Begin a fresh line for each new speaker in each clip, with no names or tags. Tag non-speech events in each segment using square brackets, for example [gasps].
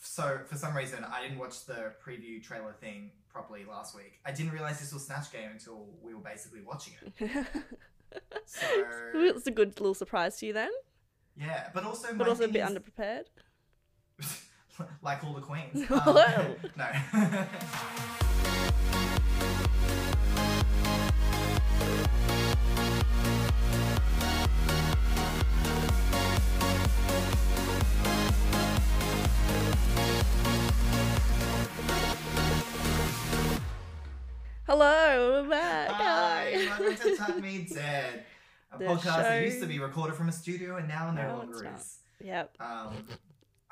so for some reason I didn't watch the preview trailer thing properly last week. I didn't realize this was Snatch Game until we were basically watching
[laughs]
it. So
it's a good little surprise to you then,
yeah, but also
but
my
also a
thing
bit
is-
underprepared.
[laughs] like all the
[laughs]
queens.
Whoa.
Um, no.
Hello, we're back.
Hi, welcome to Tuck Me Dead, a
The
podcast that
show-
used to be recorded from a studio and now no,
No, it's
longer
not.
is.
[laughs] Yep,
Um,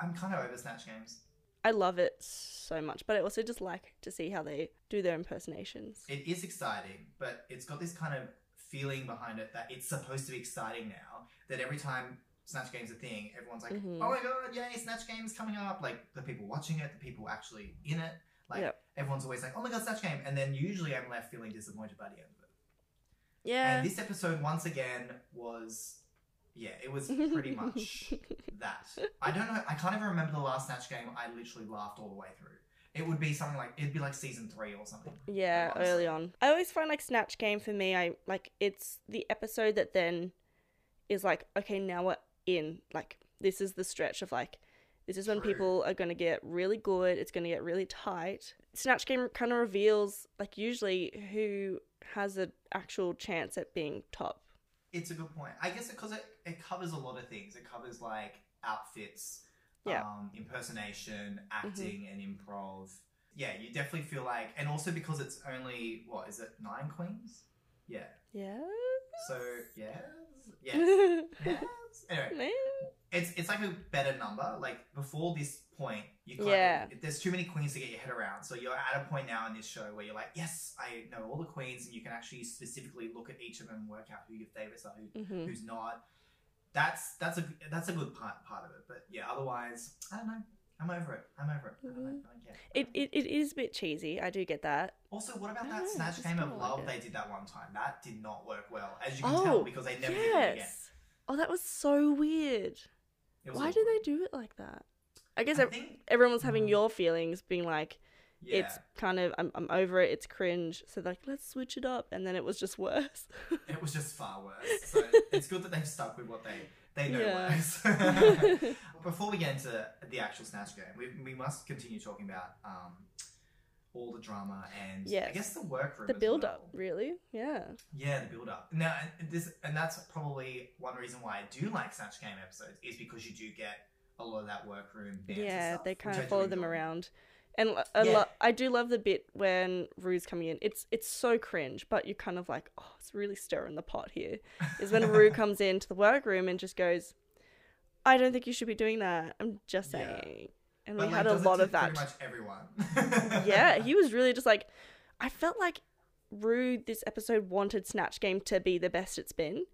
I'm kind of over Snatch Games.
I love it so much, but I also just like to see how they do their impersonations.
It is exciting, but it's got this kind of feeling behind it that it's supposed to be exciting now. That every time Snatch Game's a thing, everyone's like,
Mhm.
"Oh my god, yay! Snatch Game's coming up!" Like the people watching it, the people actually in it. Like
Yep.
everyone's always like, "Oh my god, Snatch Game!" And then usually I'm left feeling disappointed by the end of it.
Yeah,
And this episode once again was, yeah, it was pretty
[laughs]
much that. I don't know. I can't even remember the last Snatch Game. I literally laughed all the way through. It would be something like it'd be like season three or something.
yeah,
honestly.
early on. I always find like Snatch Game for me, I like it's the episode that then is like, okay, now we're in. Like, this is the stretch of like, this is when
True.
people are going to get really good, it's going to get really tight. Snatch Game kind of reveals, like, usually who has an actual chance at being top.
It's a good point. I guess because it, it covers a lot of things. It covers like outfits,
Yeah. Mm-hmm.
um, impersonation, acting, and improv. Yeah, you definitely feel like, and also because it's only what is it nine queens? Yeah.
Yeah.
So yes,
[laughs]
yes, yes. Anyway, it's it's like a better number. Like before this point, you kind
Yeah.
of, there's too many queens to get your head around. So you're at a point now in this show where you're like, yes, I know all the queens, and you can actually specifically look at each of them and work out who your favorites are, who,
hmm
who's not. That's that's a that's a good part part of it. But yeah, otherwise, I don't know. I'm over it. I'm over it. I don't know. I don't care.
Mm-hmm. It, it, it is a bit cheesy. I do get that.
Also, what about
I
that
don't know, I
snatch
just
game of
kinda like
love
it.
they did that one time? That did not work well, as you can tell,
Oh,
because they never did it again.
yes. Oh, that was so weird.
It was
Why
awful.
do they do it like that? I guess
I
ev-
think-
everyone was having
Mm.
your feelings, being like,
Yeah.
it's kind of, I'm, I'm over it, it's cringe. So, like, let's switch it up. And then it was
[laughs]
just worse. [laughs]
It was just far worse. So it's good that they've stuck with what they they know
Yeah.
works.
[laughs]
[laughs] Before we get into the actual snatch game, we, we must continue talking about um, all the drama and I
Yes.
guess the workroom,
the
as
build up,
well.
really? Yeah.
Yeah, the build up. Now and this and that's probably one reason why I do like snatch game episodes is because you do get a lot of that workroom. banter
Yeah,
stuff,
they
which
kind
I
of
do
follow them
enjoy.
around. And lo- I,
Yeah.
lo- I do love the bit when Rue's coming in. It's it's so cringe, but you're kind of like, oh, it's really stirring the pot here. Is when
[laughs]
Rue comes into the workroom and just goes, I don't think you should be doing that. I'm just
Yeah.
saying. And
But,
we
like,
had a
does it
lot
to
of that.
Pretty much everyone.
[laughs] yeah, he was really just like, I felt like Rue this episode wanted Snatch Game to be the best it's been,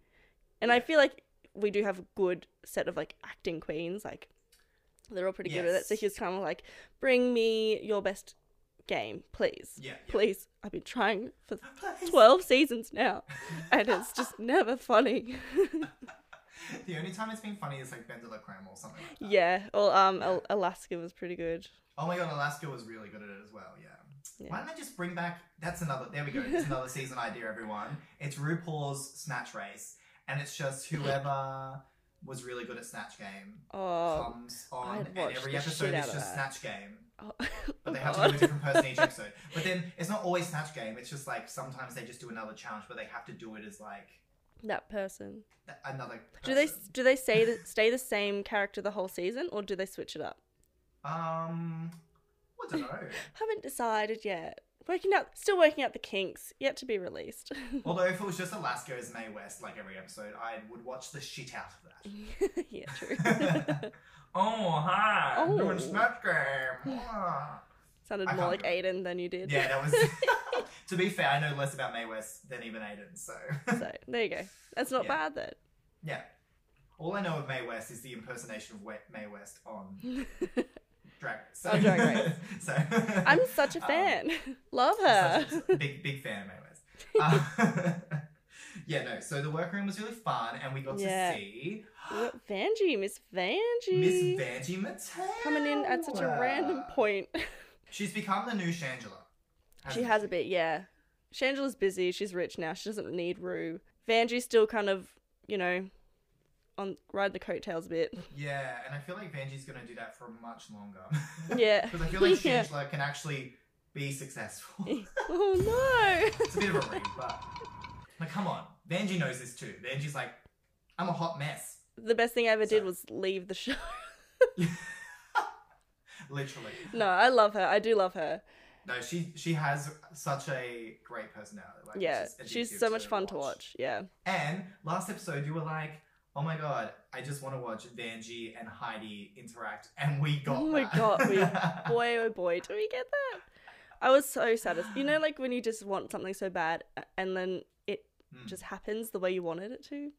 and I
Yeah.
feel like we do have a good set of like acting queens, like they're all pretty good at it. So
Yes.
he was kind of like, bring me your best game, please,
[laughs] yeah, yeah.
please. I've been trying
[gasps]
for
Please.
twelve seasons now, and it's just never funny.
[laughs]
[laughs]
[laughs] The only time it's been funny is like Bender the Cram or something like that.
yeah, well, um,
Yeah.
Al- Alaska was pretty good.
Oh my god, Alaska was really good at it as well, yeah.
Yeah.
Why don't they just bring back that's another there we go, it's
[laughs]
another season idea, everyone. It's RuPaul's Snatch Race. And it's just whoever was really good at Snatch Game
Oh,
comes on
I'd
and
watch
every
the
episode
shit
is
out of
just
that.
Snatch Game.
oh.
But they
Oh,
have to
[laughs] God.
do a different person each episode. But then it's not always Snatch Game, it's just like sometimes they just do another challenge, but they have to do it as like
that person.
a- another
Do they
person.
do they stay the, stay the same character the whole season, or do they switch it up?
um I don't
[laughs]
know.
Haven't decided yet. Working out, still working out the kinks. Yet to be [laughs] released.
Although if it was just Alaska as Mae West, like every episode, I would watch the shit out of
yeah, [laughs] true.
that. oh, hi! I'm doing
Oh.
Snatch Game.
[sighs]
Ah.
Sounded
I
more
can't
like
do it.
Aiden than you did.
yeah, that was.
[laughs]
[laughs] to be fair, I know less about Mae West than even Aiden, so
so there you go. That's not
Yeah.
bad then.
yeah. All I know of Mae West is the impersonation of Wa- Mae West
[laughs]
on Drag Race. So,
On Drag Race.
[laughs] so
I'm such a
[laughs] Um,
fan. [laughs] Love her. [laughs] [gasps]
Such a- big big fan of Mae West. Uh, [laughs] Yeah, no. So the workroom was really fun, and we got
Yeah.
to see
We got Vanjie, Miss Vanjie.
Miss Vanjie Mateo
Coming in at such a random point.
She's become the new Shangela.
she has a bit, yeah. Shangela's busy. She's rich now. She doesn't need Rue. Vanjie's still kind of, you know, on ride the coattails
[laughs]
a bit.
Yeah, and I feel like Vanjie's gonna do that for much longer. [laughs]
Yeah.
Because I feel like
[laughs] Yeah.
Shangela can actually be successful.
oh no. [laughs]
it's a bit of a reach, but like, come on, Vanjie knows this too. Vanjie's like, I'm a hot mess,
The best thing I ever did
So-
was leave the show. [laughs]
literally.
No, I love her. I do love her.
No, she she has such a great personality. Like,
yeah,
it's
she's
addictive
so much fun to watch. Yeah.
And last episode, you were like, "Oh my god, I just want to watch Vanjie and Heidi interact," and we got.
Oh my
that. [laughs] Mm.
God, we- Boy, oh boy, do we get that? I was so satisfied. You know, like when you just want something so bad a- and then it
Mm.
[laughs] just happens the way you wanted it to.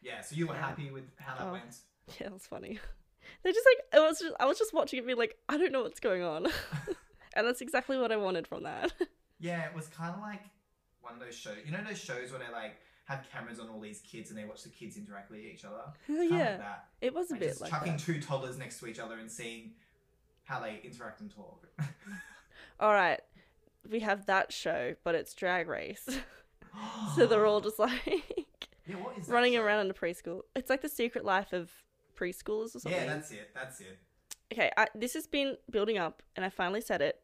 yeah. So you were
Yeah.
happy with how that
Oh.
went.
[laughs] Yeah, it was funny. They're just like, it was just, I was just watching it being like, I don't know what's going on. [laughs] and that's exactly what I wanted from that. [laughs]
Yeah, it was kind of like one of those shows. You know those shows where they like have cameras on all these kids and they watch the kids interact with each other. Kind of like
yeah,
that.
it was a
Like
bit
just
like
chucking
that.
two toddlers next to each other and seeing how they interact and talk. [gasps]
All right, we have that show, but it's Drag Race. [laughs] so they're
Oh.
all
[laughs]
just like,
yeah, what is that
running
show?
around in a preschool. It's like the secret life of preschoolers or something.
Yeah, that's it. That's it.
okay, I, this has been building up, and I finally said it.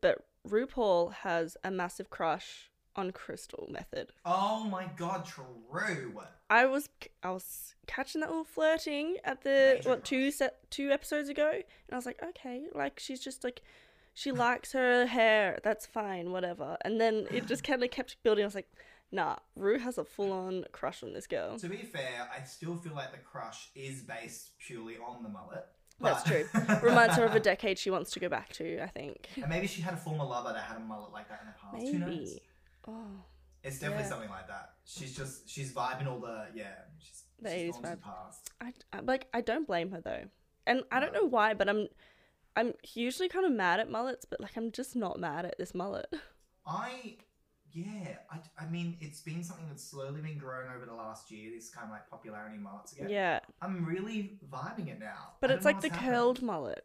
But RuPaul has a massive crush on Crystal Method.
Oh my god, true.
I was I was catching that little flirting at the
Major
what two
crush.
set two episodes ago, and I was like, okay, like she's just like. She likes her hair. That's fine, whatever. And then it
[laughs]
just kind of kept building. I was like, "Nah, Rue has a full-on crush on
[laughs]
this girl."
To be fair, I still feel like the crush is based purely on the mullet.
That's true.
[laughs]
Reminds her of a decade she wants to go back to. I think.
And maybe she had a former lover that had a mullet like that in the past. Who knows?
Maybe. Oh,
It's definitely
Yeah.
something like that. She's just she's vibing all the yeah. She's,
The
she's gone
80s
to the
vibe.
past.
I I- like I don't blame her though, and I don't
No.
know why, but I'm I'm usually kind of mad at mullets, but like I'm just not mad at this mullet.
I yeah. I, I mean, it's been something that's slowly been growing over the last year. This kind of like popularity in mullets
Yeah,
again. I'm really vibing it now.
but
I
it's
don't know
like the
what's
curled
happened.
mullet,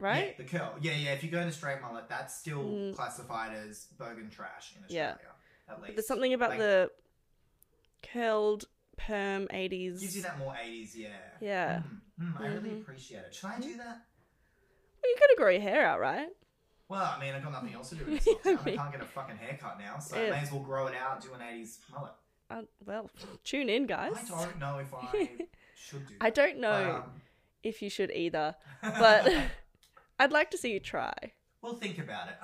right?
Yeah, the curl. Yeah, yeah. If you go into straight mullet, that's still
Mm.
classified as bogan trash in
Yeah.
Australia. At least
But there's something about
Like-
the curled perm '80s.
gives you that more 80s. Yeah.
Yeah.
Mm, mm, I really
Mhm.
appreciate it. Should I do that?
Well, you gotta grow your hair out, right?
Well, I mean, I've got nothing else to
[laughs]
do.
Yeah,
With I,
I mean-
I can't get a fucking haircut now, so I
Yeah.
may as well grow it out, do an 80s mullet.
Uh, well, [laughs] tune in, guys.
I don't know
[laughs]
if I should do that. Um,
I don't know if you should
[laughs]
either, but [laughs] I'd like to see you try.
we'll think about it.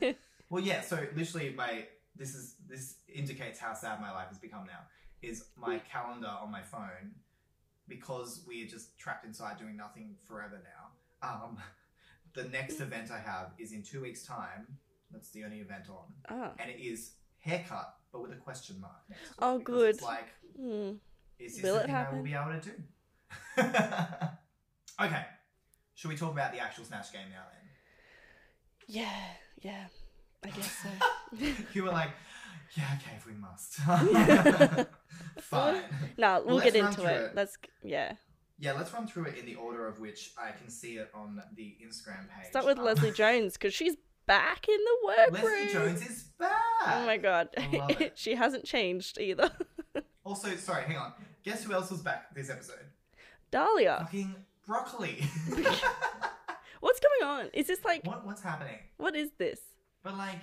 [laughs]
Um, well, yeah, so literally my, this is, this indicates how sad my life has become now, is my calendar on my phone, because we are just trapped inside doing nothing forever now. Um, the next event I have is in two weeks' time. That's the only event on.
Ah.
and it is haircut, but with a question mark. next to it,
Oh,
because it's
good.
like,
Hmm.
is this
Will
the
it
thing I
happen?
will be able to do? [laughs] okay, should we talk about the actual Snatch game now
Yeah, yeah. I guess so.
[laughs] then? you were like, yeah, okay, if we
[laughs]
must. [laughs] Fine.
no, we'll,
Well,
get
let's
into
run
it.
through it.
Let's yeah.
Yeah, let's run through it in the order of which I can see it on the Instagram page.
Start with
Um,
Leslie Jones because she's back in the workroom.
[laughs] Leslie Jones is back.
Oh my god,
I love it.
[laughs] she hasn't changed either. [laughs]
Also, sorry, hang on. Guess who else was back this episode?
Dahlia,
Fucking broccoli.
[laughs] what's going on? Is this like
what, what's happening?
what is this?
But like,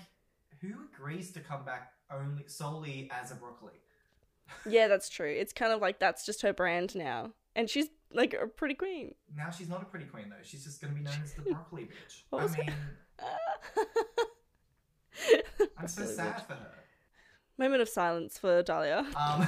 who agrees to come back only solely as a broccoli?
Yeah, that's true. It's kind of like that's just her brand now, and she's like a pretty
[laughs]
queen.
Now she's not a pretty queen though. She's just gonna be known as
[laughs]
the broccoli bitch.
What was
I mean,
Ah.
I'm so
Broccoli
sad
bitch.
for her.
Moment of silence for Dahlia. [laughs]
Um,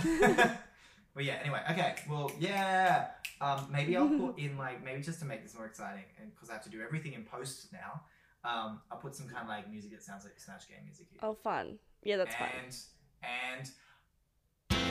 [laughs] but yeah. Anyway, okay. Well, yeah. Um, maybe
[laughs]
I'll put in like maybe just to make this more exciting, and because I have to do everything in post now. Um, I'll put some kind of like music that sounds like Snatch Game music here.
Oh, fun. Yeah, that's fun.
and, And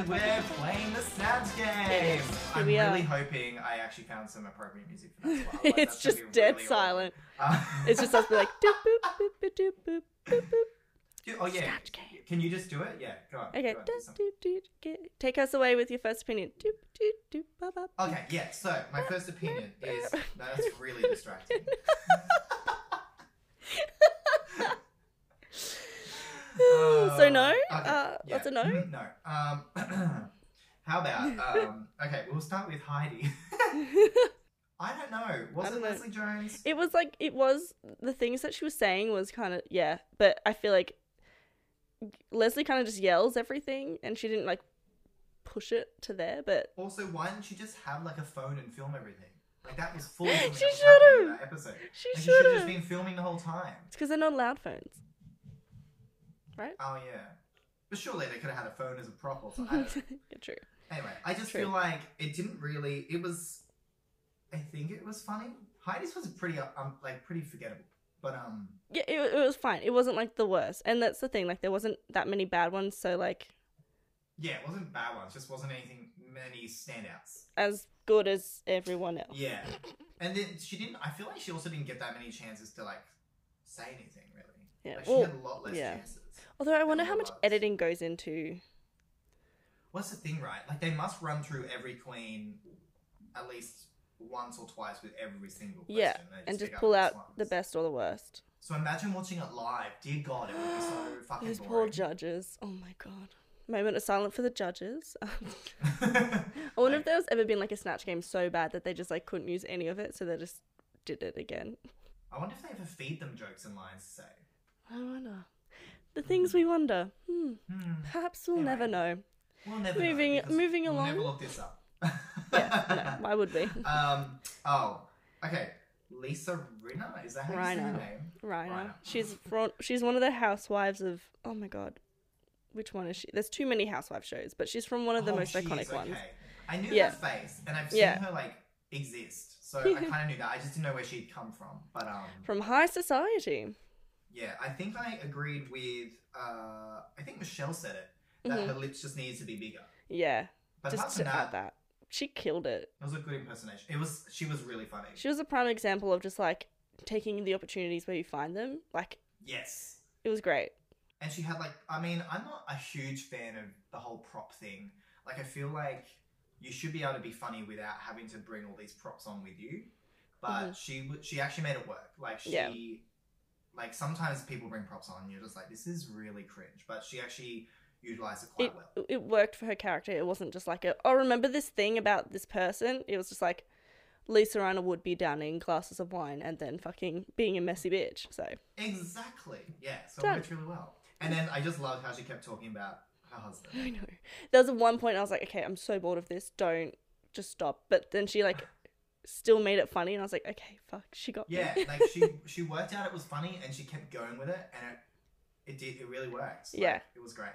and we're playing the Snatch Game.
Yes, here
I'm
we are.
really hoping I actually found some appropriate music for that. as well, otherwise
[laughs] it's
that's gonna
just
be
dead
really awkward.
silent.
[laughs] Uh,
It's just us be like doop boop boop boop doop boop boop boop.
[laughs] oh yeah.
Snatch game.
Can you just do it? Yeah, go on.
Okay.
go on, do
Doop,
something.
doop, doop, get- Take us away with your first opinion. Doop, doop, doop, ba, ba, ba.
Okay, yeah, so my first opinion
[laughs]
is no, that's really distracting.
so no?
Uh, okay,
Uh, that's a no?
mhm, No. Um, [clears throat] how about,
[laughs]
um, okay, we'll start with Heidi. [laughs] I don't know. Was
don't
it
know.
Leslie Jones?
it was like it was the things that she was saying was kind of yeah, but I feel like Leslie kind of just yells everything, and she didn't like push it to there, but
Also, why didn't she just have like a phone and film everything? Like that was
[laughs]
fully
She
something that was
should've.
happening in that episode.
she
Like, she
should
should have just
have.
been filming the whole time.
It's because they're not allowed phones.
Oh yeah, but surely they could have had a phone as a prop or
[laughs]
something. I
yeah,
don't know.
true.
anyway, I just
True.
feel like it didn't really. It was, I think it was funny. Heidi's was pretty uh, um like pretty forgettable, but um
Yeah, it, it was fine. It wasn't like the worst, and that's the thing. Like there wasn't that many bad ones, so like
yeah, it wasn't bad ones. Just wasn't anything many standouts.
as good as everyone else.
Yeah, and then she didn't. I feel like she also didn't get that many chances to like say anything really.
Yeah.
Like she
Well,
had a lot less
yeah.
chances.
although I wonder how much
otherwise.
editing goes into.
What's the thing, right? Like they must run through every queen at least once or twice with every single question.
Yeah,
they
and just
pick up
pull
these
out
ones.
the best or the worst.
So imagine watching it live. Dear God, it would be so fucking
[gasps] Those poor
boring. [laughs]
judges. Oh my god. Moment of silence for the judges. [laughs] I
I
wonder if there's ever been like a snatch game so bad that they just like couldn't use any of it, so they just did it again.
I wonder if they ever feed them jokes and lines to say.
I wonder. The things we wonder. Hmm.
Hmm,
Perhaps we'll
Anyway.
never
[laughs]
know.
we'll never know
Moving-
because
moving
we'll
along.
Never look this up.
Yeah,
[laughs]
no, why would we?
um. Oh. Okay. Lisa Rinna. Is that how you say her
Rinna.
name?
Rhino.
Rhino.
She's from, she's one of the housewives of oh my god, which one is she? There's too many housewife shows, but she's from one of the
Oh,
most
she is,
iconic ones.
okay. I knew
Yeah.
her face, and I've
Yeah.
seen her like exist, so I
[laughs]
kind of knew that. I just didn't know where she'd come from. But um,
From High Society.
yeah, I think I agreed with. Uh, I think Michelle said it that
Mhm.
her lips just needed to be bigger.
Yeah,
But apart
just
from
to
that,
add that, she killed it.
it was a good impersonation. It was. She was really funny.
She was a prime example of just like taking the opportunities where you find them. Like
yes.
it was great.
And she had like. I mean, I'm not a huge fan of the whole prop thing. Like, I feel like you should be able to be funny without having to bring all these props on with you. But she w- she actually made it work. Like she.
Mm-hmm. Yeah.
Like sometimes people bring props on, and you're just like, this is really cringe. But she actually utilized it quite well.
It worked for her character. It wasn't just like a oh remember this thing about this person. It was just like Lisa Rana would be downing glasses of wine and then fucking being a messy bitch. So [laughs]
Exactly. Yeah. So
Done.
it worked really well. And then I just loved how she kept talking about her husband.
I know. There was one point I was like, okay, I'm so bored of this. Don't just stop. But then she like still made it funny, and I was like, okay, fuck, she got
Yeah,
[laughs] me.
like she she worked out it was funny and she kept going with it and it it did it really worked. Like,
Yeah.
It was great.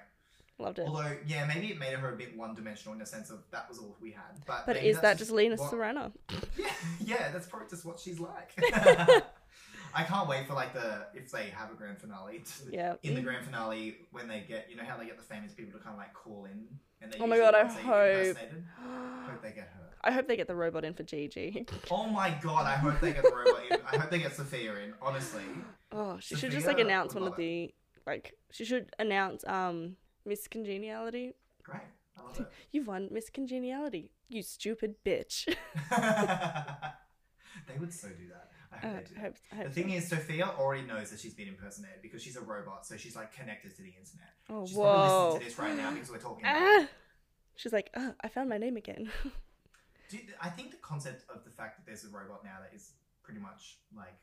Loved it.
Although, yeah, maybe it made her a bit one dimensional in the sense of that was all we had. But
but
maybe
is that
that's
just Lena
what-
Serrano?
[laughs] Yeah, yeah, that's probably just what she's
[laughs]
like. [laughs] I can't wait for like the if they have a grand finale to,
Yeah.
in the grand finale when they get you know how they get the famous people to kind of like call in and they
Oh my
usually
God, I
once they get
hope-
impersonated, hope they get her.
[gasps] I hope they get the robot in for Gigi.
Oh my god, I hope they get the robot in. I hope they get Sophia in, honestly.
Oh, she should just like
Sophia
announce
would
one
love
of the like she should announce um Miss Congeniality.
Great. I love it.
You've won Miss Congeniality, you stupid
[laughs]
bitch.
they would so do that. I
Uh,
hope they do.
I hope, I
the
hope
thing
so.
is, Sophia already knows that she's been impersonated because she's a robot, so she's like connected to the internet.
oh
She's probably
whoa.
listening to this right now because we're
[laughs]
talking about.
ah! She's like, oh, I found my name again.
Do you- I think the concept of the fact that there's a robot now that is pretty much like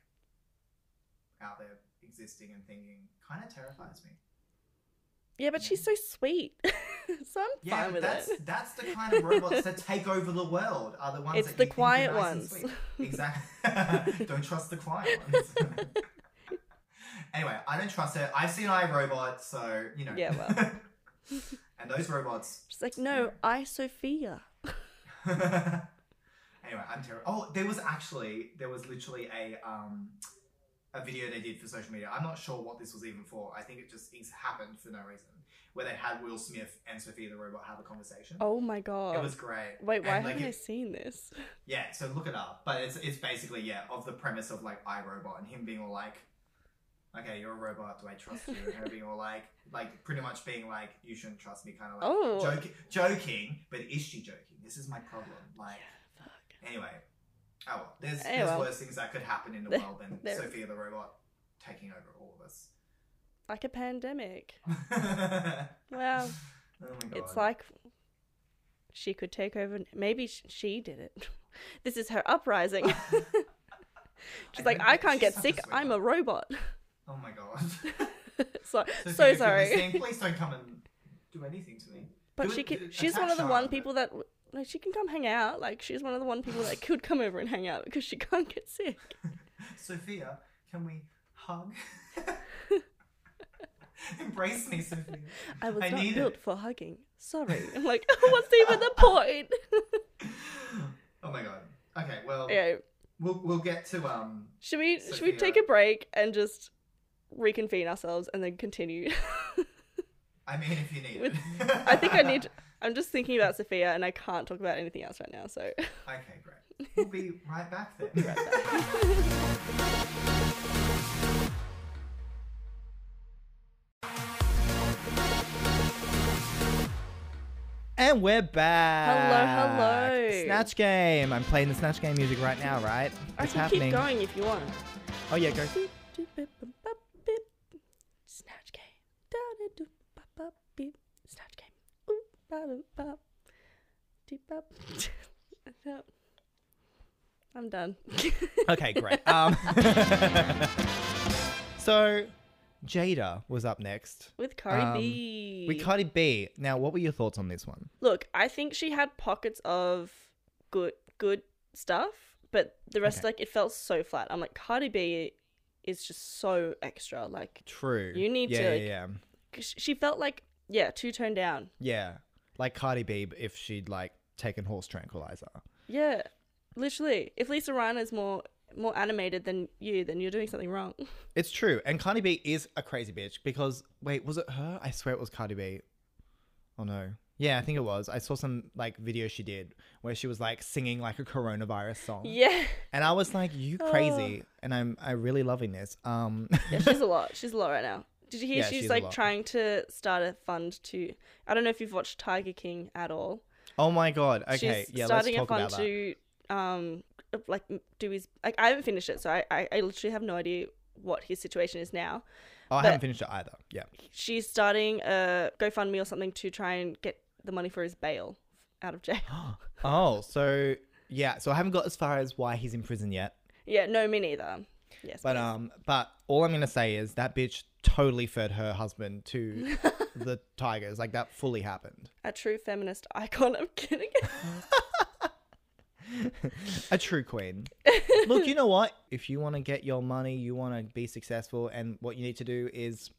out there existing and thinking kind of terrifies me.
yeah, but she's so sweet, [laughs] so I'm
Yeah,
fine
but
with
that's
it.
that's the kind of robots that take over the world. Are the ones
It's
that
the
you think are
quiet
nice and
ones.
sweet. Exactly. [laughs] don't trust the quiet ones. anyway, I don't trust her. I've seen iRobot, so you know.
Yeah, well.
[laughs] and those robots.
[laughs]
[laughs]
She's like, no, I Sophia.
anyway, I'm terrible. Oh, there was actually there was literally a um a video they did for social media. I'm not sure what this was even for. I think it just it's happened for no reason. Where they had Will Smith and Sophia the robot have a conversation.
Oh my god.
It was great. [laughs]
Wait, why
And, like,
haven't I
it-
seen this?
Yeah, so look it up. But it's it's basically yeah of the premise of like iRobot and him being all like, okay, you're a robot. Do I trust you? And her being all like, like pretty much being like, you shouldn't trust me, kind of like
Oh.
joking, joking. But is she joking? This is my problem. Like,
Fuck.
anyway, oh well. There's,
Eh,
there's
well.
worse things that could happen in the
There-
world than
there is.
Sophia the robot taking over all of us. [laughs]
Like a pandemic.
oh
Well,
my god.
Um, it's like she could take over. Maybe sh- she did it. [laughs] This is her
[laughs]
uprising. She's like,
don't
I
think
can't
she's
get
such a
sick. I'm a
sweetheart."
robot. [laughs]
Oh my god.
so
Sophia, if
so
you're
sorry.
listening, Please don't come and do anything to me.
But
Do
she
it- do
can.
it-
She's one
attack
of the one
Charlotte.
people that like she can come hang out. Like she's one of the one people that could come over and hang out because she can't get sick.
Sophia, can we [laughs] hug? Embrace me, Sophia.
I was
I
not
need
built
it.
for hugging.
[laughs]
Sorry. I'm like, [laughs] what's even the point? [laughs]
Oh my god. Okay, well,
yeah.
we'll we'll get to um.
Should we should we
Sophia.
take a break and just reconvene ourselves and then continue? [laughs]
I mean, if you need
With-
it.
I think I need. I'm just thinking about Sophia and I can't talk about anything else right now. So
Okay, great. We'll
[laughs]
be right back then.
right back.
And we're back.
Hello, hello.
Snatch game. I'm playing the snatch game music right now, right?
I
It's
can
happening.
keep going if you want.
Oh yeah,
[laughs]
go.
Snatch game. Da-da-do-ba-ba-beep. Snatch game. Ooh, ba-do-ba. [laughs] Dee-bop. Yep. I'm done.
Okay, great. Um, [laughs] so Jada was up next.
With Cardi
Um,
B.
We Cardi B. Now, what were your thoughts on this one?
Look, I think she had pockets of good good stuff, but the rest
Okay.
like it felt so flat. I'm like Cardi B is just so extra. Like
True.
You need
yeah,
to, like-
Yeah, yeah,
sh- she felt like yeah, two tone down.
yeah. Like Cardi B, if she'd like taken horse tranquilizer.
Yeah, literally. If Lisa Rana is more more animated than you, then you're doing something
[laughs]
wrong.
It's true, and Cardi B is a crazy bitch because wait, was it her? I swear it was Cardi B. Oh no. Yeah, I think it was. I saw some like video she did where she was like singing like a coronavirus song.
yeah, Oh.
And I was like, "You crazy." And I'm I really loving this. Um
yeah. She's a lot. She's a lot right now. Did you hear?
Yeah,
she's,
she is a
like
lot.
trying to start a fund to. I don't know if you've watched Tiger King at all.
[laughs] Oh my god. Okay.
she's
yeah,
starting
let's talk
a fund
about that.
to um like do his like I haven't finished it, so I, I I literally have no idea what his situation is now.
Oh, I
but-
haven't finished it either. Yeah.
She's starting a GoFundMe or something to try and get the money for his bail
[gasps]
out of jail. [gasps]
Oh, so yeah, so I haven't got as far as why he's in prison yet.
yeah, no, me neither. Yes,
But
please.
um but all I'm going to say is that bitch totally fed her husband
[laughs]
to the tigers. Like that fully happened.
a true feminist icon. [laughs] I'm kidding.
A true
[laughs]
queen. Look, you know what? If you want to get your money, you want to be successful and what you need to do is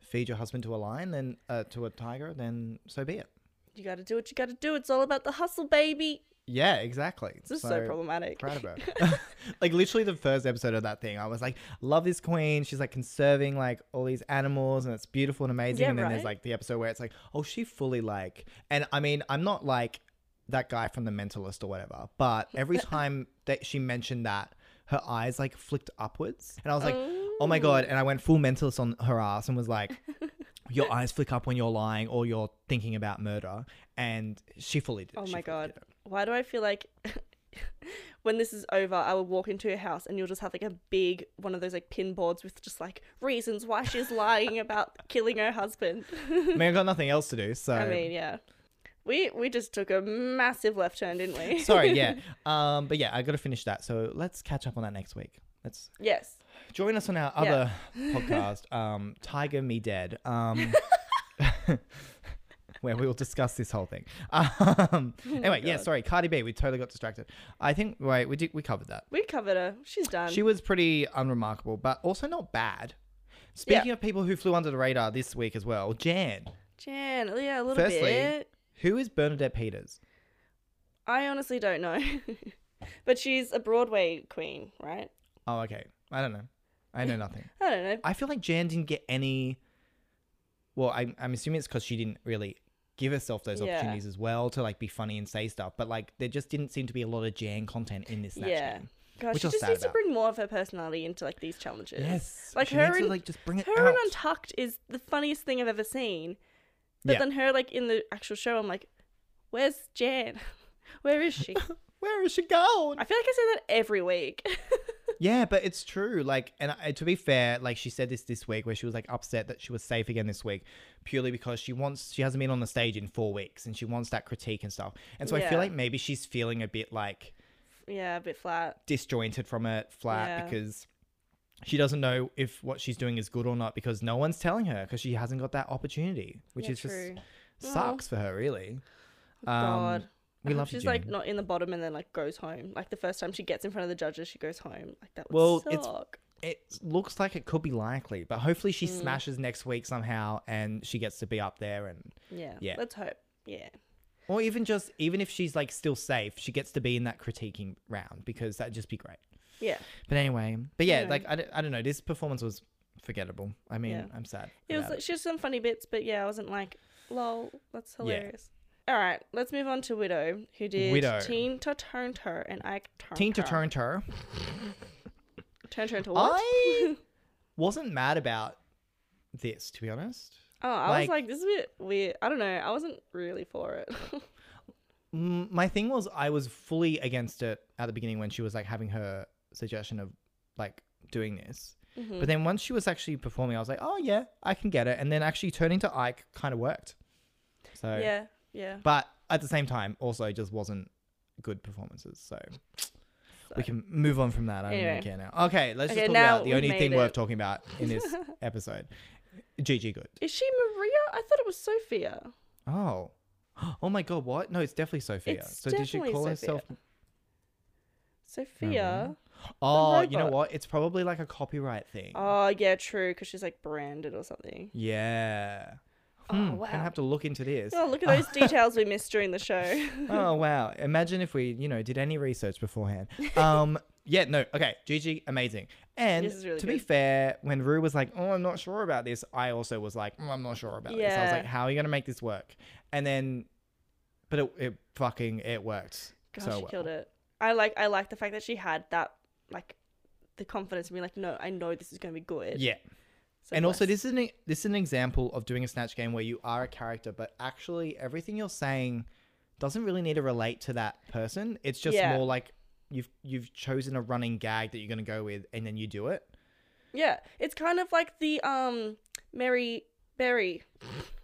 feed your husband to a lion then uh, to a tiger, then so be it.
you got to do what you got to do. It's all about the hustle, baby.
Yeah, exactly.
This is so, problematic.
proud
[laughs]
of her. [laughs] like literally the first episode of that thing, I was like, love this queen. She's like conserving like all these animals and it's beautiful and amazing.
Yeah,
and then
right?
there's like the episode where it's like, oh, she fully like and I mean, I'm not like that guy from The Mentalist or whatever, but
[laughs]
every time that she mentioned that, her eyes like flicked upwards. And I was like, oh
Um,
my god. And I went full mentalist on her ass and was
[laughs]
like Your eyes flick up when you're lying or you're thinking about murder, and she fully did.
Oh
She fully
my god.
did it.
Why do I feel like [laughs] when this is over, I will walk into your house and you'll just have like a big one of those like pin boards with just like reasons why she's lying about killing
[laughs]
her husband.
I mean, I got nothing else to do, so
[laughs] I mean, yeah. We we just took a massive left turn, didn't we?
Sorry,
[laughs]
yeah. Um, but yeah, I got to finish that. So let's catch up on that next week. Let's
yes.
join us on our
Yeah.
other podcast, um, Tiger Me Dead,
[laughs]
um, [laughs] where we will discuss this whole thing. [laughs] Um, anyway, yeah,
Oh God.
sorry, Cardi B. We totally got distracted. I think wait, we did we covered that.
We covered her. She's done.
She was pretty unremarkable, but also not bad. Speaking of people who flew under the radar this week as well, Jan.
Jan, yeah, a little
Firstly-
bit.
Who is Bernadette Peters?
I honestly don't know. [laughs] but she's a Broadway queen, right?
Oh, okay. I don't know. I know nothing.
I don't know.
I feel like Jan didn't get any. Well, I'm, I'm assuming it's because she didn't really give herself those
Yeah.
opportunities as well to like be funny and say stuff. But like, there just didn't seem to be a lot of Jan content in this Snatch
Yeah.
game.
God,
which I
she
was
just
sad
needs to
about.
bring more of her personality into like these challenges.
Yes,
Like
she
her
needs to,
and-
like just bring it
Her
out.
in Untucked is the funniest thing I've ever seen. But
Yeah.
then her like in the actual show, I'm like, where's Jan? [laughs] Where is
[laughs]
she?
Where is she going?
I feel like I say that every week. [laughs]
Yeah, but it's true. Like, and I, to be fair, like she said this this week, where she was like upset that she was safe again this week, purely because she wants she hasn't been on the stage in four weeks, and she wants that critique and stuff. And so I
Yeah.
feel like maybe she's feeling a bit like
yeah, a bit flat.
disjointed from it, flat
Yeah.
because she doesn't know if what she's doing is good or not because no one's telling her because she hasn't got that opportunity, which
Yeah,
is
true. Oh,
just sucks for her really. Um,
God.
we
I hope
love you,
she's like
Jen.
not in the bottom and then like goes home. Like the first time she gets in front of the judges, she goes home. Like that would
Well, it's-
suck.
it looks like it could be likely, but hopefully she
Hmm.
smashes next week somehow and she gets to be up there and
yeah.
yeah.
Let's hope. Yeah.
or even just even if she's like still safe, she gets to be in that critiquing round because that'd just be great.
Yeah.
But anyway, but yeah,
Yeah.
like I, don't- I don't know, this performance was forgettable. I mean,
Yeah.
I'm sad.
It was
about
like, she has some funny bits, but yeah, I wasn't like, lol, that's
Yeah.
hilarious. All right, let's move on to Widow, who did
Widow.
Teen to Toronto and Ike Toronto.
Teen to Toronto.
Toronto to what?
[laughs] I wasn't mad about this, to be honest.
[laughs] oh, I
like-
was like, this is a bit weird. I don't know. I wasn't really for it. [laughs]
Mm, My thing was I was fully against it at the beginning when she was like having her suggestion of like doing this.
Mhm.
But then once she was actually performing, I was like, oh yeah, I can get it. And then actually turning to Ike kind of worked. So,
yeah, yeah.
but at the same time, also just wasn't good performances. So, we can move on from that. I don't
Anyway.
really care now. Okay, let's
Okay,
just talk
now
about the
we've
only
made
thing worth
it.
talking about in [laughs] this episode. GG good.
Is she Maria? I thought it was Sophia.
Oh. Oh my god, what? No, it's definitely Sophia.
It's
so did she
definitely
call
Sophia.
herself
Sophia.
Oh, you know
robot.
what? It's probably like a copyright thing.
Oh, yeah, true, because she's like branded or something.
Yeah.
Oh,
Hmm,
wow.
Gonna have to look into
[laughs]
this.
Oh, look
[laughs]
at those details we missed during the show.
oh wow. Imagine if we, you know, did any research
[laughs]
beforehand. Um yeah, no, okay. GG, amazing. And
This is really
to be
good.
fair, when Rue was like, Oh, I'm not sure about this, I also was like, "Mm, I'm not sure about this. I was
Yeah.
like, How are you gonna make this work? And then but it, it fucking it worked.
Gosh,
so
she
well.
killed it. I like I like the fact that she had that like the confidence and being like, no, I know this is gonna be good.
Yeah.
So
and also
blessed.
this is an this is an example of doing a snatch game where you are a character but actually everything you're saying doesn't really need to relate to that person it's just
Yeah.
more like you've you've chosen a running gag that you're going to go with and then you do it
yeah, it's kind of like the um Mary Berry, [laughs]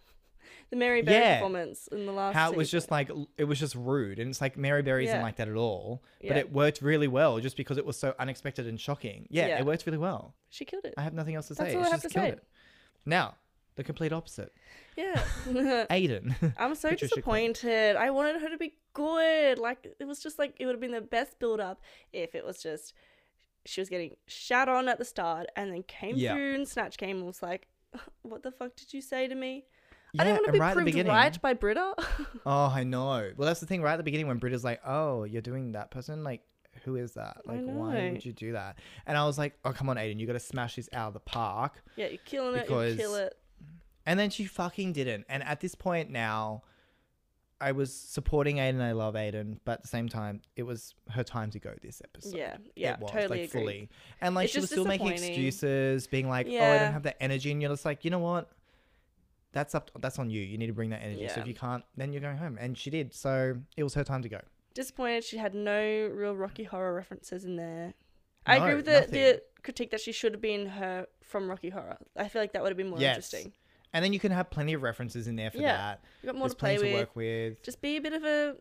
the Mary Berry
Yeah.
performance in the last.
how it was
season.
just like l- it was just rude and it's like mary berry isn't
Yeah.
like that at all but
Yeah.
it worked really well just because it was so unexpected and shocking yeah,
Yeah.
it worked really well
she killed it.
i have nothing else to say
That's all
It's
I have
just
to
killed
say.
it. now the complete opposite [laughs]
Yeah, [laughs]
aiden
I'm so
Patricia Quinn.
disappointed. I wanted her to be good. Like it was just like it would have been the best build up if it was just she was getting shat on at the start and then came
Yeah.
through and snatch game and was like, what the fuck did you say to me?
yeah,
I didn't want to
and
be
right at the
proved
beginning-
right by Britta. [laughs]
Oh, I know. Well, that's the thing right at the beginning when Britta's like, "Oh, you're doing that person. Like, who is that?
I
Like, why
know.
would you do that?" And I was like, "Oh, come on, Aiden, you got to smash this out of the park."
yeah, you're killing it. You kill
Because-
it.
And then she fucking didn't. And at this point now, I was supporting Aiden. I love Aiden, but at the same time, it was her time to go this episode.
yeah, yeah,
it was
totally
like
agree.
fully, and like
It's
she was
just
still making
disappointing.
excuses, being like, "Oh, I
Yeah.
don't have that energy," and you're just like, "You know what? That's up. that's on you. You need to bring that energy. So
Yeah.
if you can't, then you're going home." And she did. So it was her time to go.
Disappointed she had no real Rocky Horror references in there. I agree
No,
with the, the critique that she should have been her from Rocky Horror. I feel like that would have been more
Yes.
interesting.
And then you can have plenty of references in there for
Yeah.
that.
You got more
There's
to play
plenty
with.
to work with.
Just be a bit of a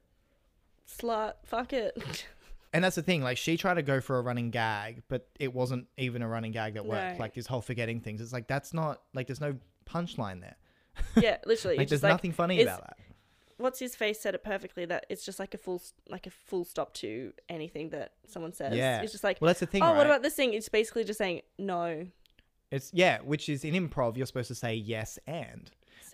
slut. Fuck it. [laughs]
And that's the thing, like she tried to go for a running gag, but it wasn't even a running gag that worked.
No.
Like this whole forgetting things. It's like that's not like there's no punchline there.
yeah, literally.
Like
it's just
there's
like,
nothing funny
it's-
about that.
What's his face said it perfectly. That it's just like a full, like a full stop to anything that someone says.
Yeah.
It's just like,
Well that's the thing,
oh,
right?
what about this thing? It's basically just saying no.
it's yeah, which is in improv you're supposed to say yes and.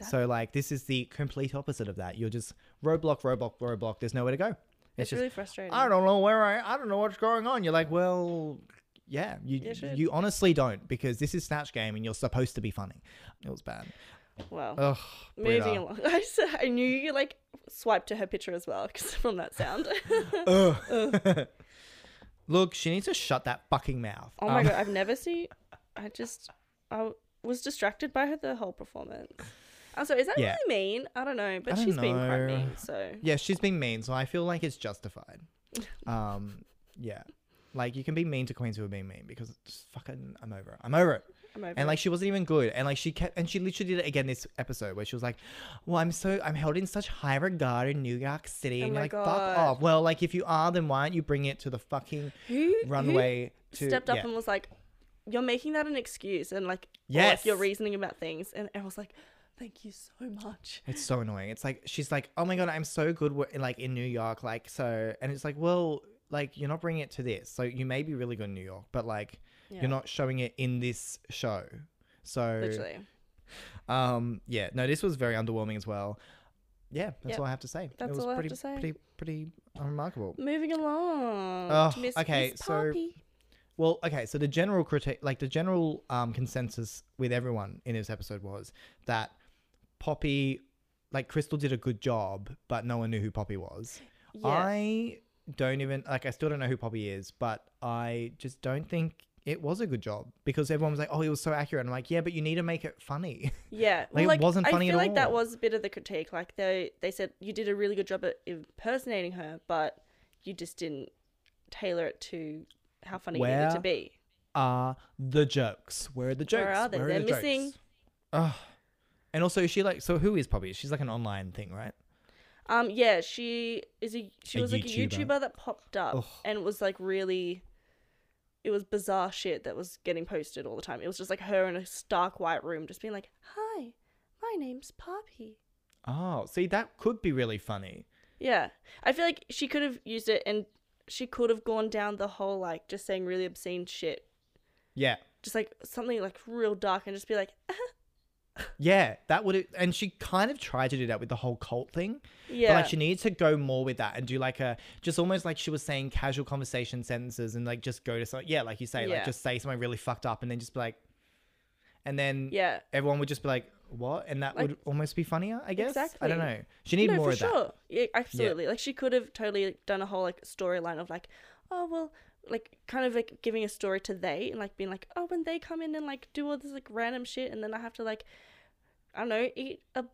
So like this is the complete opposite of that. You're just roadblock, roadblock, roadblock. There's nowhere to go.
It's,
It's, just
really frustrating.
I don't know where I I don't know what's going on. You're like, well, yeah, you
You should.
you honestly don't because this is Snatch Game and you're supposed to be funny. It was
[laughs]
bad.
Well,
Ugh.
moving
Britta.
along. [laughs] I, s- I knew you like [laughs]
[laughs]
swiped to her picture as well 'cause from that sound.
Ugh. [laughs] Look, she needs to shut that fucking mouth.
Oh my
Um,
god, I've never seen. I just I w- was distracted by her the whole performance. I'm sorry, is that
Yeah.
really mean? I don't know, but
I don't
she's been quite
know.
mean. So
Yeah, she's been mean, so I feel like it's justified.
[laughs]
Um, yeah. Like you can be mean to queens who are being mean because just fucking I'm over it. I'm over it.
I'm over.
And like she wasn't even good. And like she kept and she literally did it again this episode where she was like, Well, I'm so I'm held in such high regard in New York City.
Oh
and
my
you're like,
God.
fuck off. Well, like if you are, then why aren't you bringing it to the
[laughs]
fucking
it. who who
runway to
stepped up
yeah.
and was like, "You're making that an excuse," and like, or, like
Yes.
your reasoning about things, and I was like, "Thank you so much."
It's so annoying. It's like she's like, "Oh my god, I'm so good wi- like in New York." Like so and it's like, "Well, like you're not bringing it to this. So you may be really good in New York, but like
Yeah,
you're not showing it in this show." So
literally.
um yeah, no, this was very underwhelming as well. Yeah, that's
Yep.
all I have to say.
That's
it was
all I have
pretty
to say.
pretty pretty unremarkable.
Moving along.
Oh,
to Miss-
okay,
Miss
so-
Poppy.
Well, okay, so the general critique, like the general um, consensus with everyone in this episode was that Poppy, like Crystal, did a good job, but no one knew who Poppy was.
yeah,
I don't even like. I still don't know who Poppy is, but I just don't think it was a good job because everyone was like, "Oh, it was so accurate." I'm like, "Yeah, but you need to make it funny." [laughs]
yeah.
it wasn't funny
I
at
feel like that
all.
was a bit of the critique. Like they they said you did a really good job at impersonating her, but you just didn't tailor it to how funny it needed
Where
to be.
Are the jokes? Where are the jokes?
Where are they?
the
They're
jokes?
missing.
Ugh. And also, is she like, so who is Poppy? She's like an online thing, right?
Um, yeah, she is a she
A
was like a
YouTuber.
YouTuber that popped up
Ugh.
and was like really. It was bizarre shit that was getting posted all the time. It was just like her in a stark white room, just being like, "Hi, my name's Poppy."
Oh, see, that could be really funny.
Yeah. I feel like she could have used it and she could have gone down the whole like just saying really obscene shit.
Yeah.
Just like something like real dark and just be like, "Uh-huh."
Yeah, that would and she kind of tried to do that with the whole cult thing. But
yeah.
like she needed to go more with that and do like a just almost like she was saying casual conversation sentences and like just go to some yeah, like you say,
Yeah.
like just say something really fucked up and then just be like and then
yeah.
everyone would just be like, What? And that
Like-
would almost be funnier, I guess. I
Exactly.
don't know. She needed
no,
more
for
of that.
sure. Yeah, absolutely. Like she could have totally like, done a whole like storyline of like, oh well, like kind of like giving a story to they and like being like, oh, when they come in and like do all this like random shit and then I have to like, I don't know, eat a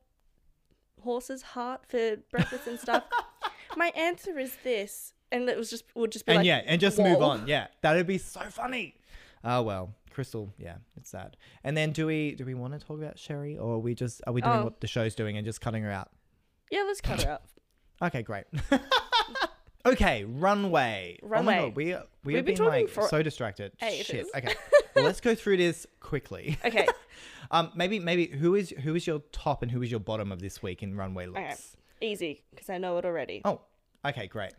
horse's heart for breakfast and stuff.
[laughs]
My answer is this, and it was just would just be
and
like,
yeah, and just move
"Whoa."
on. Yeah, that'd be so funny. Oh well, Crystal. Yeah, it's sad. And then do we do we want to talk about Sherry or are we just are we doing
Oh.
what the show's doing and just cutting her out?
Yeah, let's cut her up.
Okay, great. [laughs] okay, runway.
Runway.
Oh my god, we we
We've
have
been
been,
talking
like
for
so distracted.
ages.
Shit.
[laughs]
Okay, well, let's go through this quickly.
Okay,
[laughs] Um, maybe maybe who is who is your top and who is your bottom of this week in runway looks?
okay, easy because I know it already.
Oh, okay, great.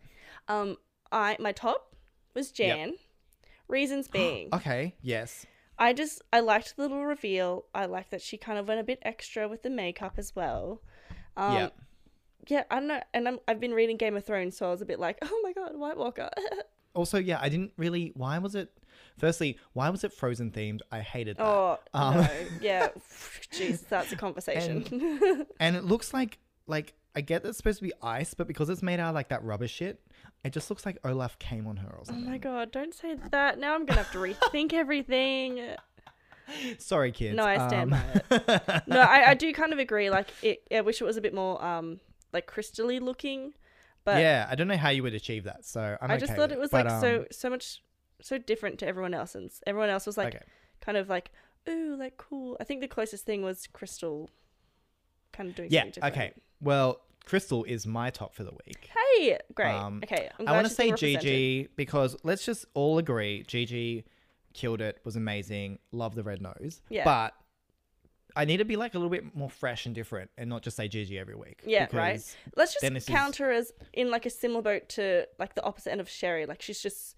Um, I my top was
Yep.
Jan.
[gasps]
Reasons being,
Okay, yes.
I just I liked the little reveal. I liked that she kind of went a bit extra with the makeup as well. Um,
yeah.
yeah, I don't know, and I'm, I've been reading Game of Thrones, so I was a bit like, [laughs] oh my god, White Walker. [laughs]
Also, yeah, I didn't really. Why was it? Firstly, why was it Frozen themed? I hated that.
oh
Um. [laughs]
no, yeah, [laughs] jeez, that's a conversation.
And it looks like like I get that it's supposed to be ice, but because it's made out of like that rubber shit, it just looks like Olaf came on her or
[laughs] oh
something.
my god, don't say that. Now I'm gonna have to rethink everything.
Sorry, kids. Um,
No, I stand
by [laughs] it.
No, I, I do kind of agree. Like, it, I wish it was a bit more um like crystally looking, but
yeah, I don't know how you would achieve that. So I'm
I just
okay
thought
with
it was
But,
like
um,
so so much so different to everyone else, and s- everyone else was like
okay.
kind of like ooh like cool. I think the closest thing was Crystal, kind of doing
Yeah.
something different.
Okay. Well, Crystal is my top for the week.
Hey, great.
Um,
okay, I'm
I
glad
want to
she's been
say
represented.
Gigi because let's just all agree Gigi killed it, was amazing, love the red nose.
Yeah.
But I need to be like a little bit more fresh and different and not just say Gigi every week.
Yeah, right.
because-
Let's just
Dennis's-
count her as in like a similar boat to like the opposite end of Sherry. Like she's just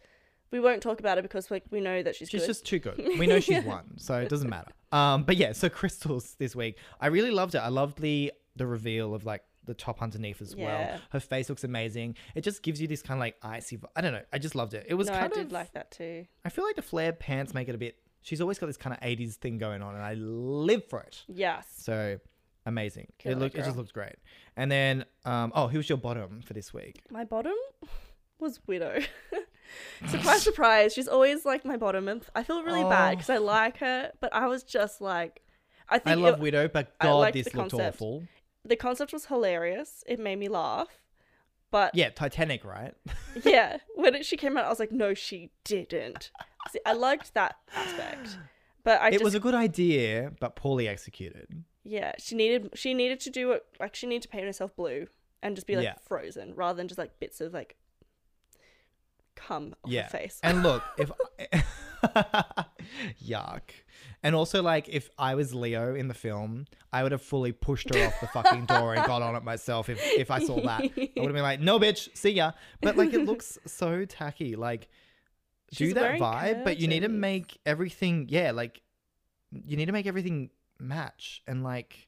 we won't talk about it because like we know that she's,
She's
good.
just too good.
[laughs]
We know she's won, so it doesn't matter. Um, but yeah, so [laughs] crystals this week. I really loved it. I loved the the reveal of like the top underneath as
Yeah.
well. Her face looks amazing. It just gives you this kind of like icy. vi- I don't know. I just loved it. It was
no, I
kind
did
of.
like that too.
I feel like the flared pants make it a bit. She's always got this kind of '80s thing going on, and I live for it.
Yes.
So amazing.
Killer
it looked. It
girl.
just looked great. And then, um, oh, who's your bottom for this week?
My bottom was Widow. [laughs] surprise, surprise. She's always like my bottom, and I feel really bad
Oh.
because I like her, but I was just like, I
I
think
love
it-
Widow, but
I
God,
liked
this
the
looked
concept.
awful.
the concept was hilarious. It made me laugh, but
Yeah, Titanic, right?
[laughs] yeah, when it, she came out, I was like, no, she didn't. See, I liked that aspect, but I
it
just
was a good idea, but poorly executed.
yeah, she needed she needed to do it like she needed to paint herself blue and just be like
Yeah.
frozen rather than just like bits of like cum off
Yeah.
her face.
And look, if [laughs] yuck, and also like if I was Leo in the film, I would have fully pushed her off the fucking door and got on it myself. If if I saw that, I would have been like, "No, bitch, see ya." But like, it looks so tacky. Like,
She's
do that
wearing
vibe, but you need to
curtains.
make everything. Yeah, like you need to make everything match and like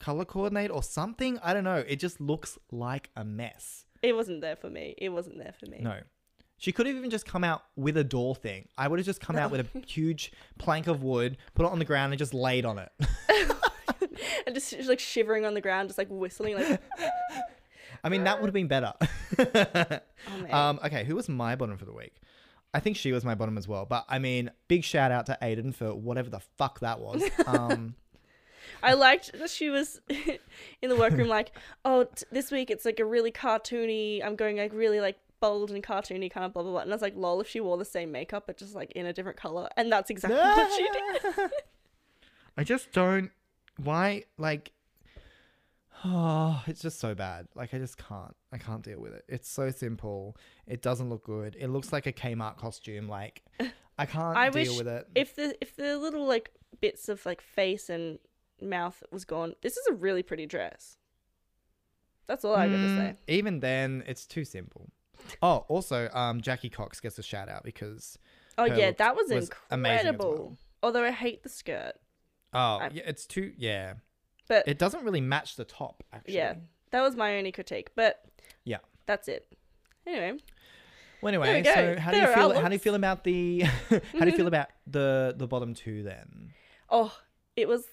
color coordinate or something. I don't know. It just looks like a mess.
[laughs] It wasn't there for me. It wasn't there for me.
No. She could have even just come out with a door thing. I would have just come out with a huge plank of wood, put it on the ground, and just laid on it. [laughs]
[laughs] and just she's like shivering on the ground, just like whistling, like
I mean, that would have been better. [laughs]
oh, man.
um, okay, who was my bottom for the week? I think she was my bottom as well. But I mean, big shout out to Aiden for whatever the fuck that was. Um,
I liked that she was [laughs] in the workroom, like, oh, t- this week it's like a really cartoony. I'm going like really like bold and cartoony kind of blah blah blah. And I was like, lol, if she wore the same makeup but just like in a different color, and
[laughs]
that's exactly [laughs] what she did.
I just don't. Why? Like, oh, it's just so bad. Like, I just can't. I can't deal with it. It's so simple. It doesn't look good. It looks like a Kmart costume.
[laughs]
Like, I can't
I
deal
wish
with it.
if the if the little like bits of like face and mouth was gone. This is a really pretty dress. That's all I gotta
Mm,
say.
Even then, it's too simple. Oh, also, um, Jackie Cox gets a shout out because her
Oh yeah,
look
that was,
was amazing as
incredible.
well.
Although I hate the skirt,
oh,
I-
yeah, it's too yeah.
but
It doesn't really match the top actually.
yeah, that was my only critique. But
Yeah.
that's it. Anyway,
Well, anyway,
There we
so
go.
how do you
There are
feel?
Mm-hmm.
How do you
outlooks.
feel about the? [laughs] how do you feel about the the bottom two then?
oh, it was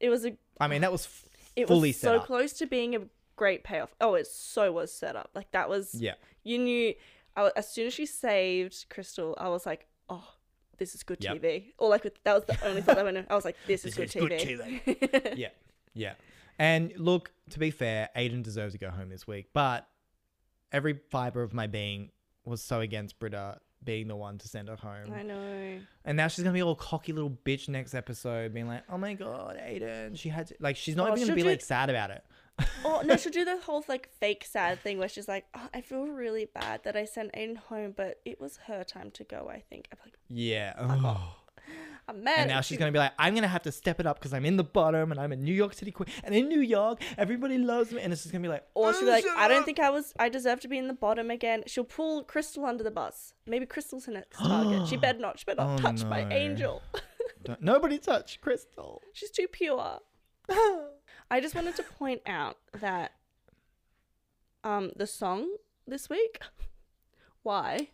it was a
I mean, that was f-
it
fully
was
set
so
up.
close to being a great payoff. Oh, it so was set up. Like that was
Yeah,
you knew I, wa- as soon as she saved crystal i was like oh this is good
Yep.
tv or like with- that was the only thought that went in. i was like this is,
This
good,
is
tv,
yeah, yeah. And look, to be fair, Aiden deserves to go home this week, but every fiber of my being was so against Britta being the one to send her home.
[laughs] i know
And now she's gonna be all cocky little bitch next episode, being like, "Oh my god, Aiden, she had to... like she's not
Oh,
even gonna
she'll
be
do-
like sad about it."
oh no she'll do the whole like fake sad thing where she's like oh, i feel really bad that i sent aiden home but it was her time to go i think i'm like
[laughs] Yeah. Oh. Ugh.
i'm mad
And now
at
she's
you."
gonna be like, "I'm gonna have to step it up because I'm in the bottom and I'm a New York City queen and in New York everybody loves me." And it's just gonna be like,
or she'll be like,
"Shut
I don't
up."
think I was, I deserve to be in the bottom again. She'll pull Crystal under the bus. Maybe Crystal's her next
[gasps]
target. She better not, she better not
Oh,
touch my
no.
angel. [laughs]
Don't- nobody touch Crystal." [laughs]
She's too pure. I just wanted to point out that um the song this week. Why?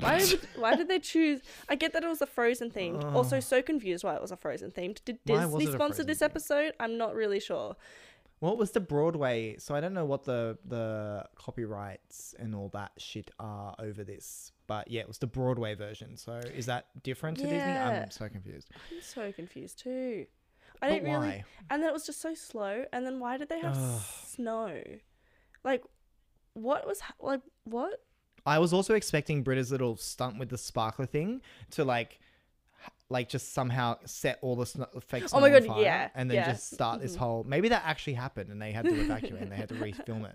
Why did,
[laughs]
why did they choose? I get that it was a Frozen themed. Also, so confused why it was a Frozen themed. Did
Why was
Disney
it a
sponsor
Frozen
this
themed?
episode? I'm not really sure.
What was the Broadway? So I don't know what the the copyrights and all that shit are over this, but yeah, it was the Broadway version. So is that different to Disney?
Yeah.
I'm so confused.
I'm so confused too. I
But
didn't really.
why?
And then it was just so slow. And then why did they have
Ugh.
snow? Like, what was ha- like what?
I was also expecting Britta's little stunt with the sparkler thing to like, h- like just somehow set all the sn- fake snow
Oh my
on
God,
fire
yeah,
and then
yeah. Mm-hmm.
just start this whole. Maybe that actually happened and they had to evacuate and they had to refilm it.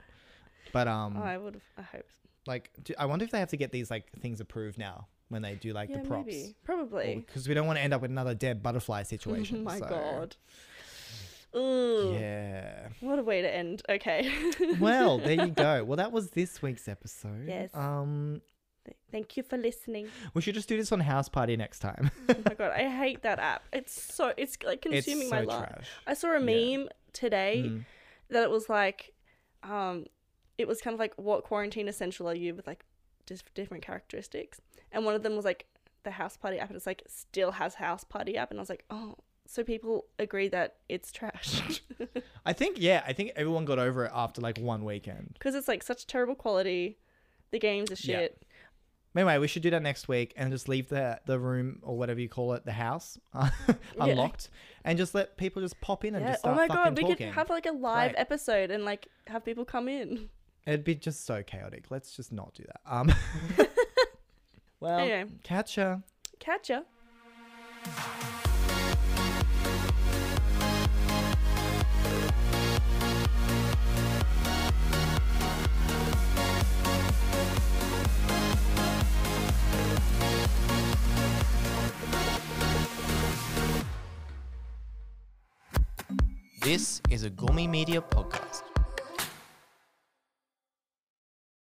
But
[laughs]
um,
Oh, I would have. I hope.
like, do, I wonder if they have to get these like things approved now when they do like
yeah,
the props.
maybe. Probably.
Because we don't want to end up with another dead butterfly situation.
Oh [laughs] my
so-
god. Ooh, [laughs]
Yeah.
what a way to end. Okay. [laughs]
Well, there you go. Well, that was this week's episode.
Yes.
Um,
Thank you for listening.
we should just do this on house party next time. [laughs]
Oh [laughs] my god, I hate that app. It's so it's like
it's
consuming
so
my life.
trash.
I saw a
Yeah.
meme today
Mm.
that it was like, um, it was kind of like what quarantine essential are you with like just different characteristics, and one of them was like the house party app, and it's like still has house party app, and I was like, oh, so people agree that it's trash. [laughs]
I think yeah, I think everyone got over it after like one weekend.
because it's like such terrible quality. The games are
Yeah.
shit.
Anyway, we should do that next week and just leave the the room or whatever you call it, the house, [laughs] uh, unlocked, and just let people just pop in and
Yeah.
just
Oh
start
my
fucking
god, we
talking.
could have like a live
Like-
episode and like have people come in.
It'd be just so chaotic. Let's just not do that.
[laughs]
Um. [laughs] well,
Anyway.
catch ya.
Catch ya.
This is a Gummy Media podcast.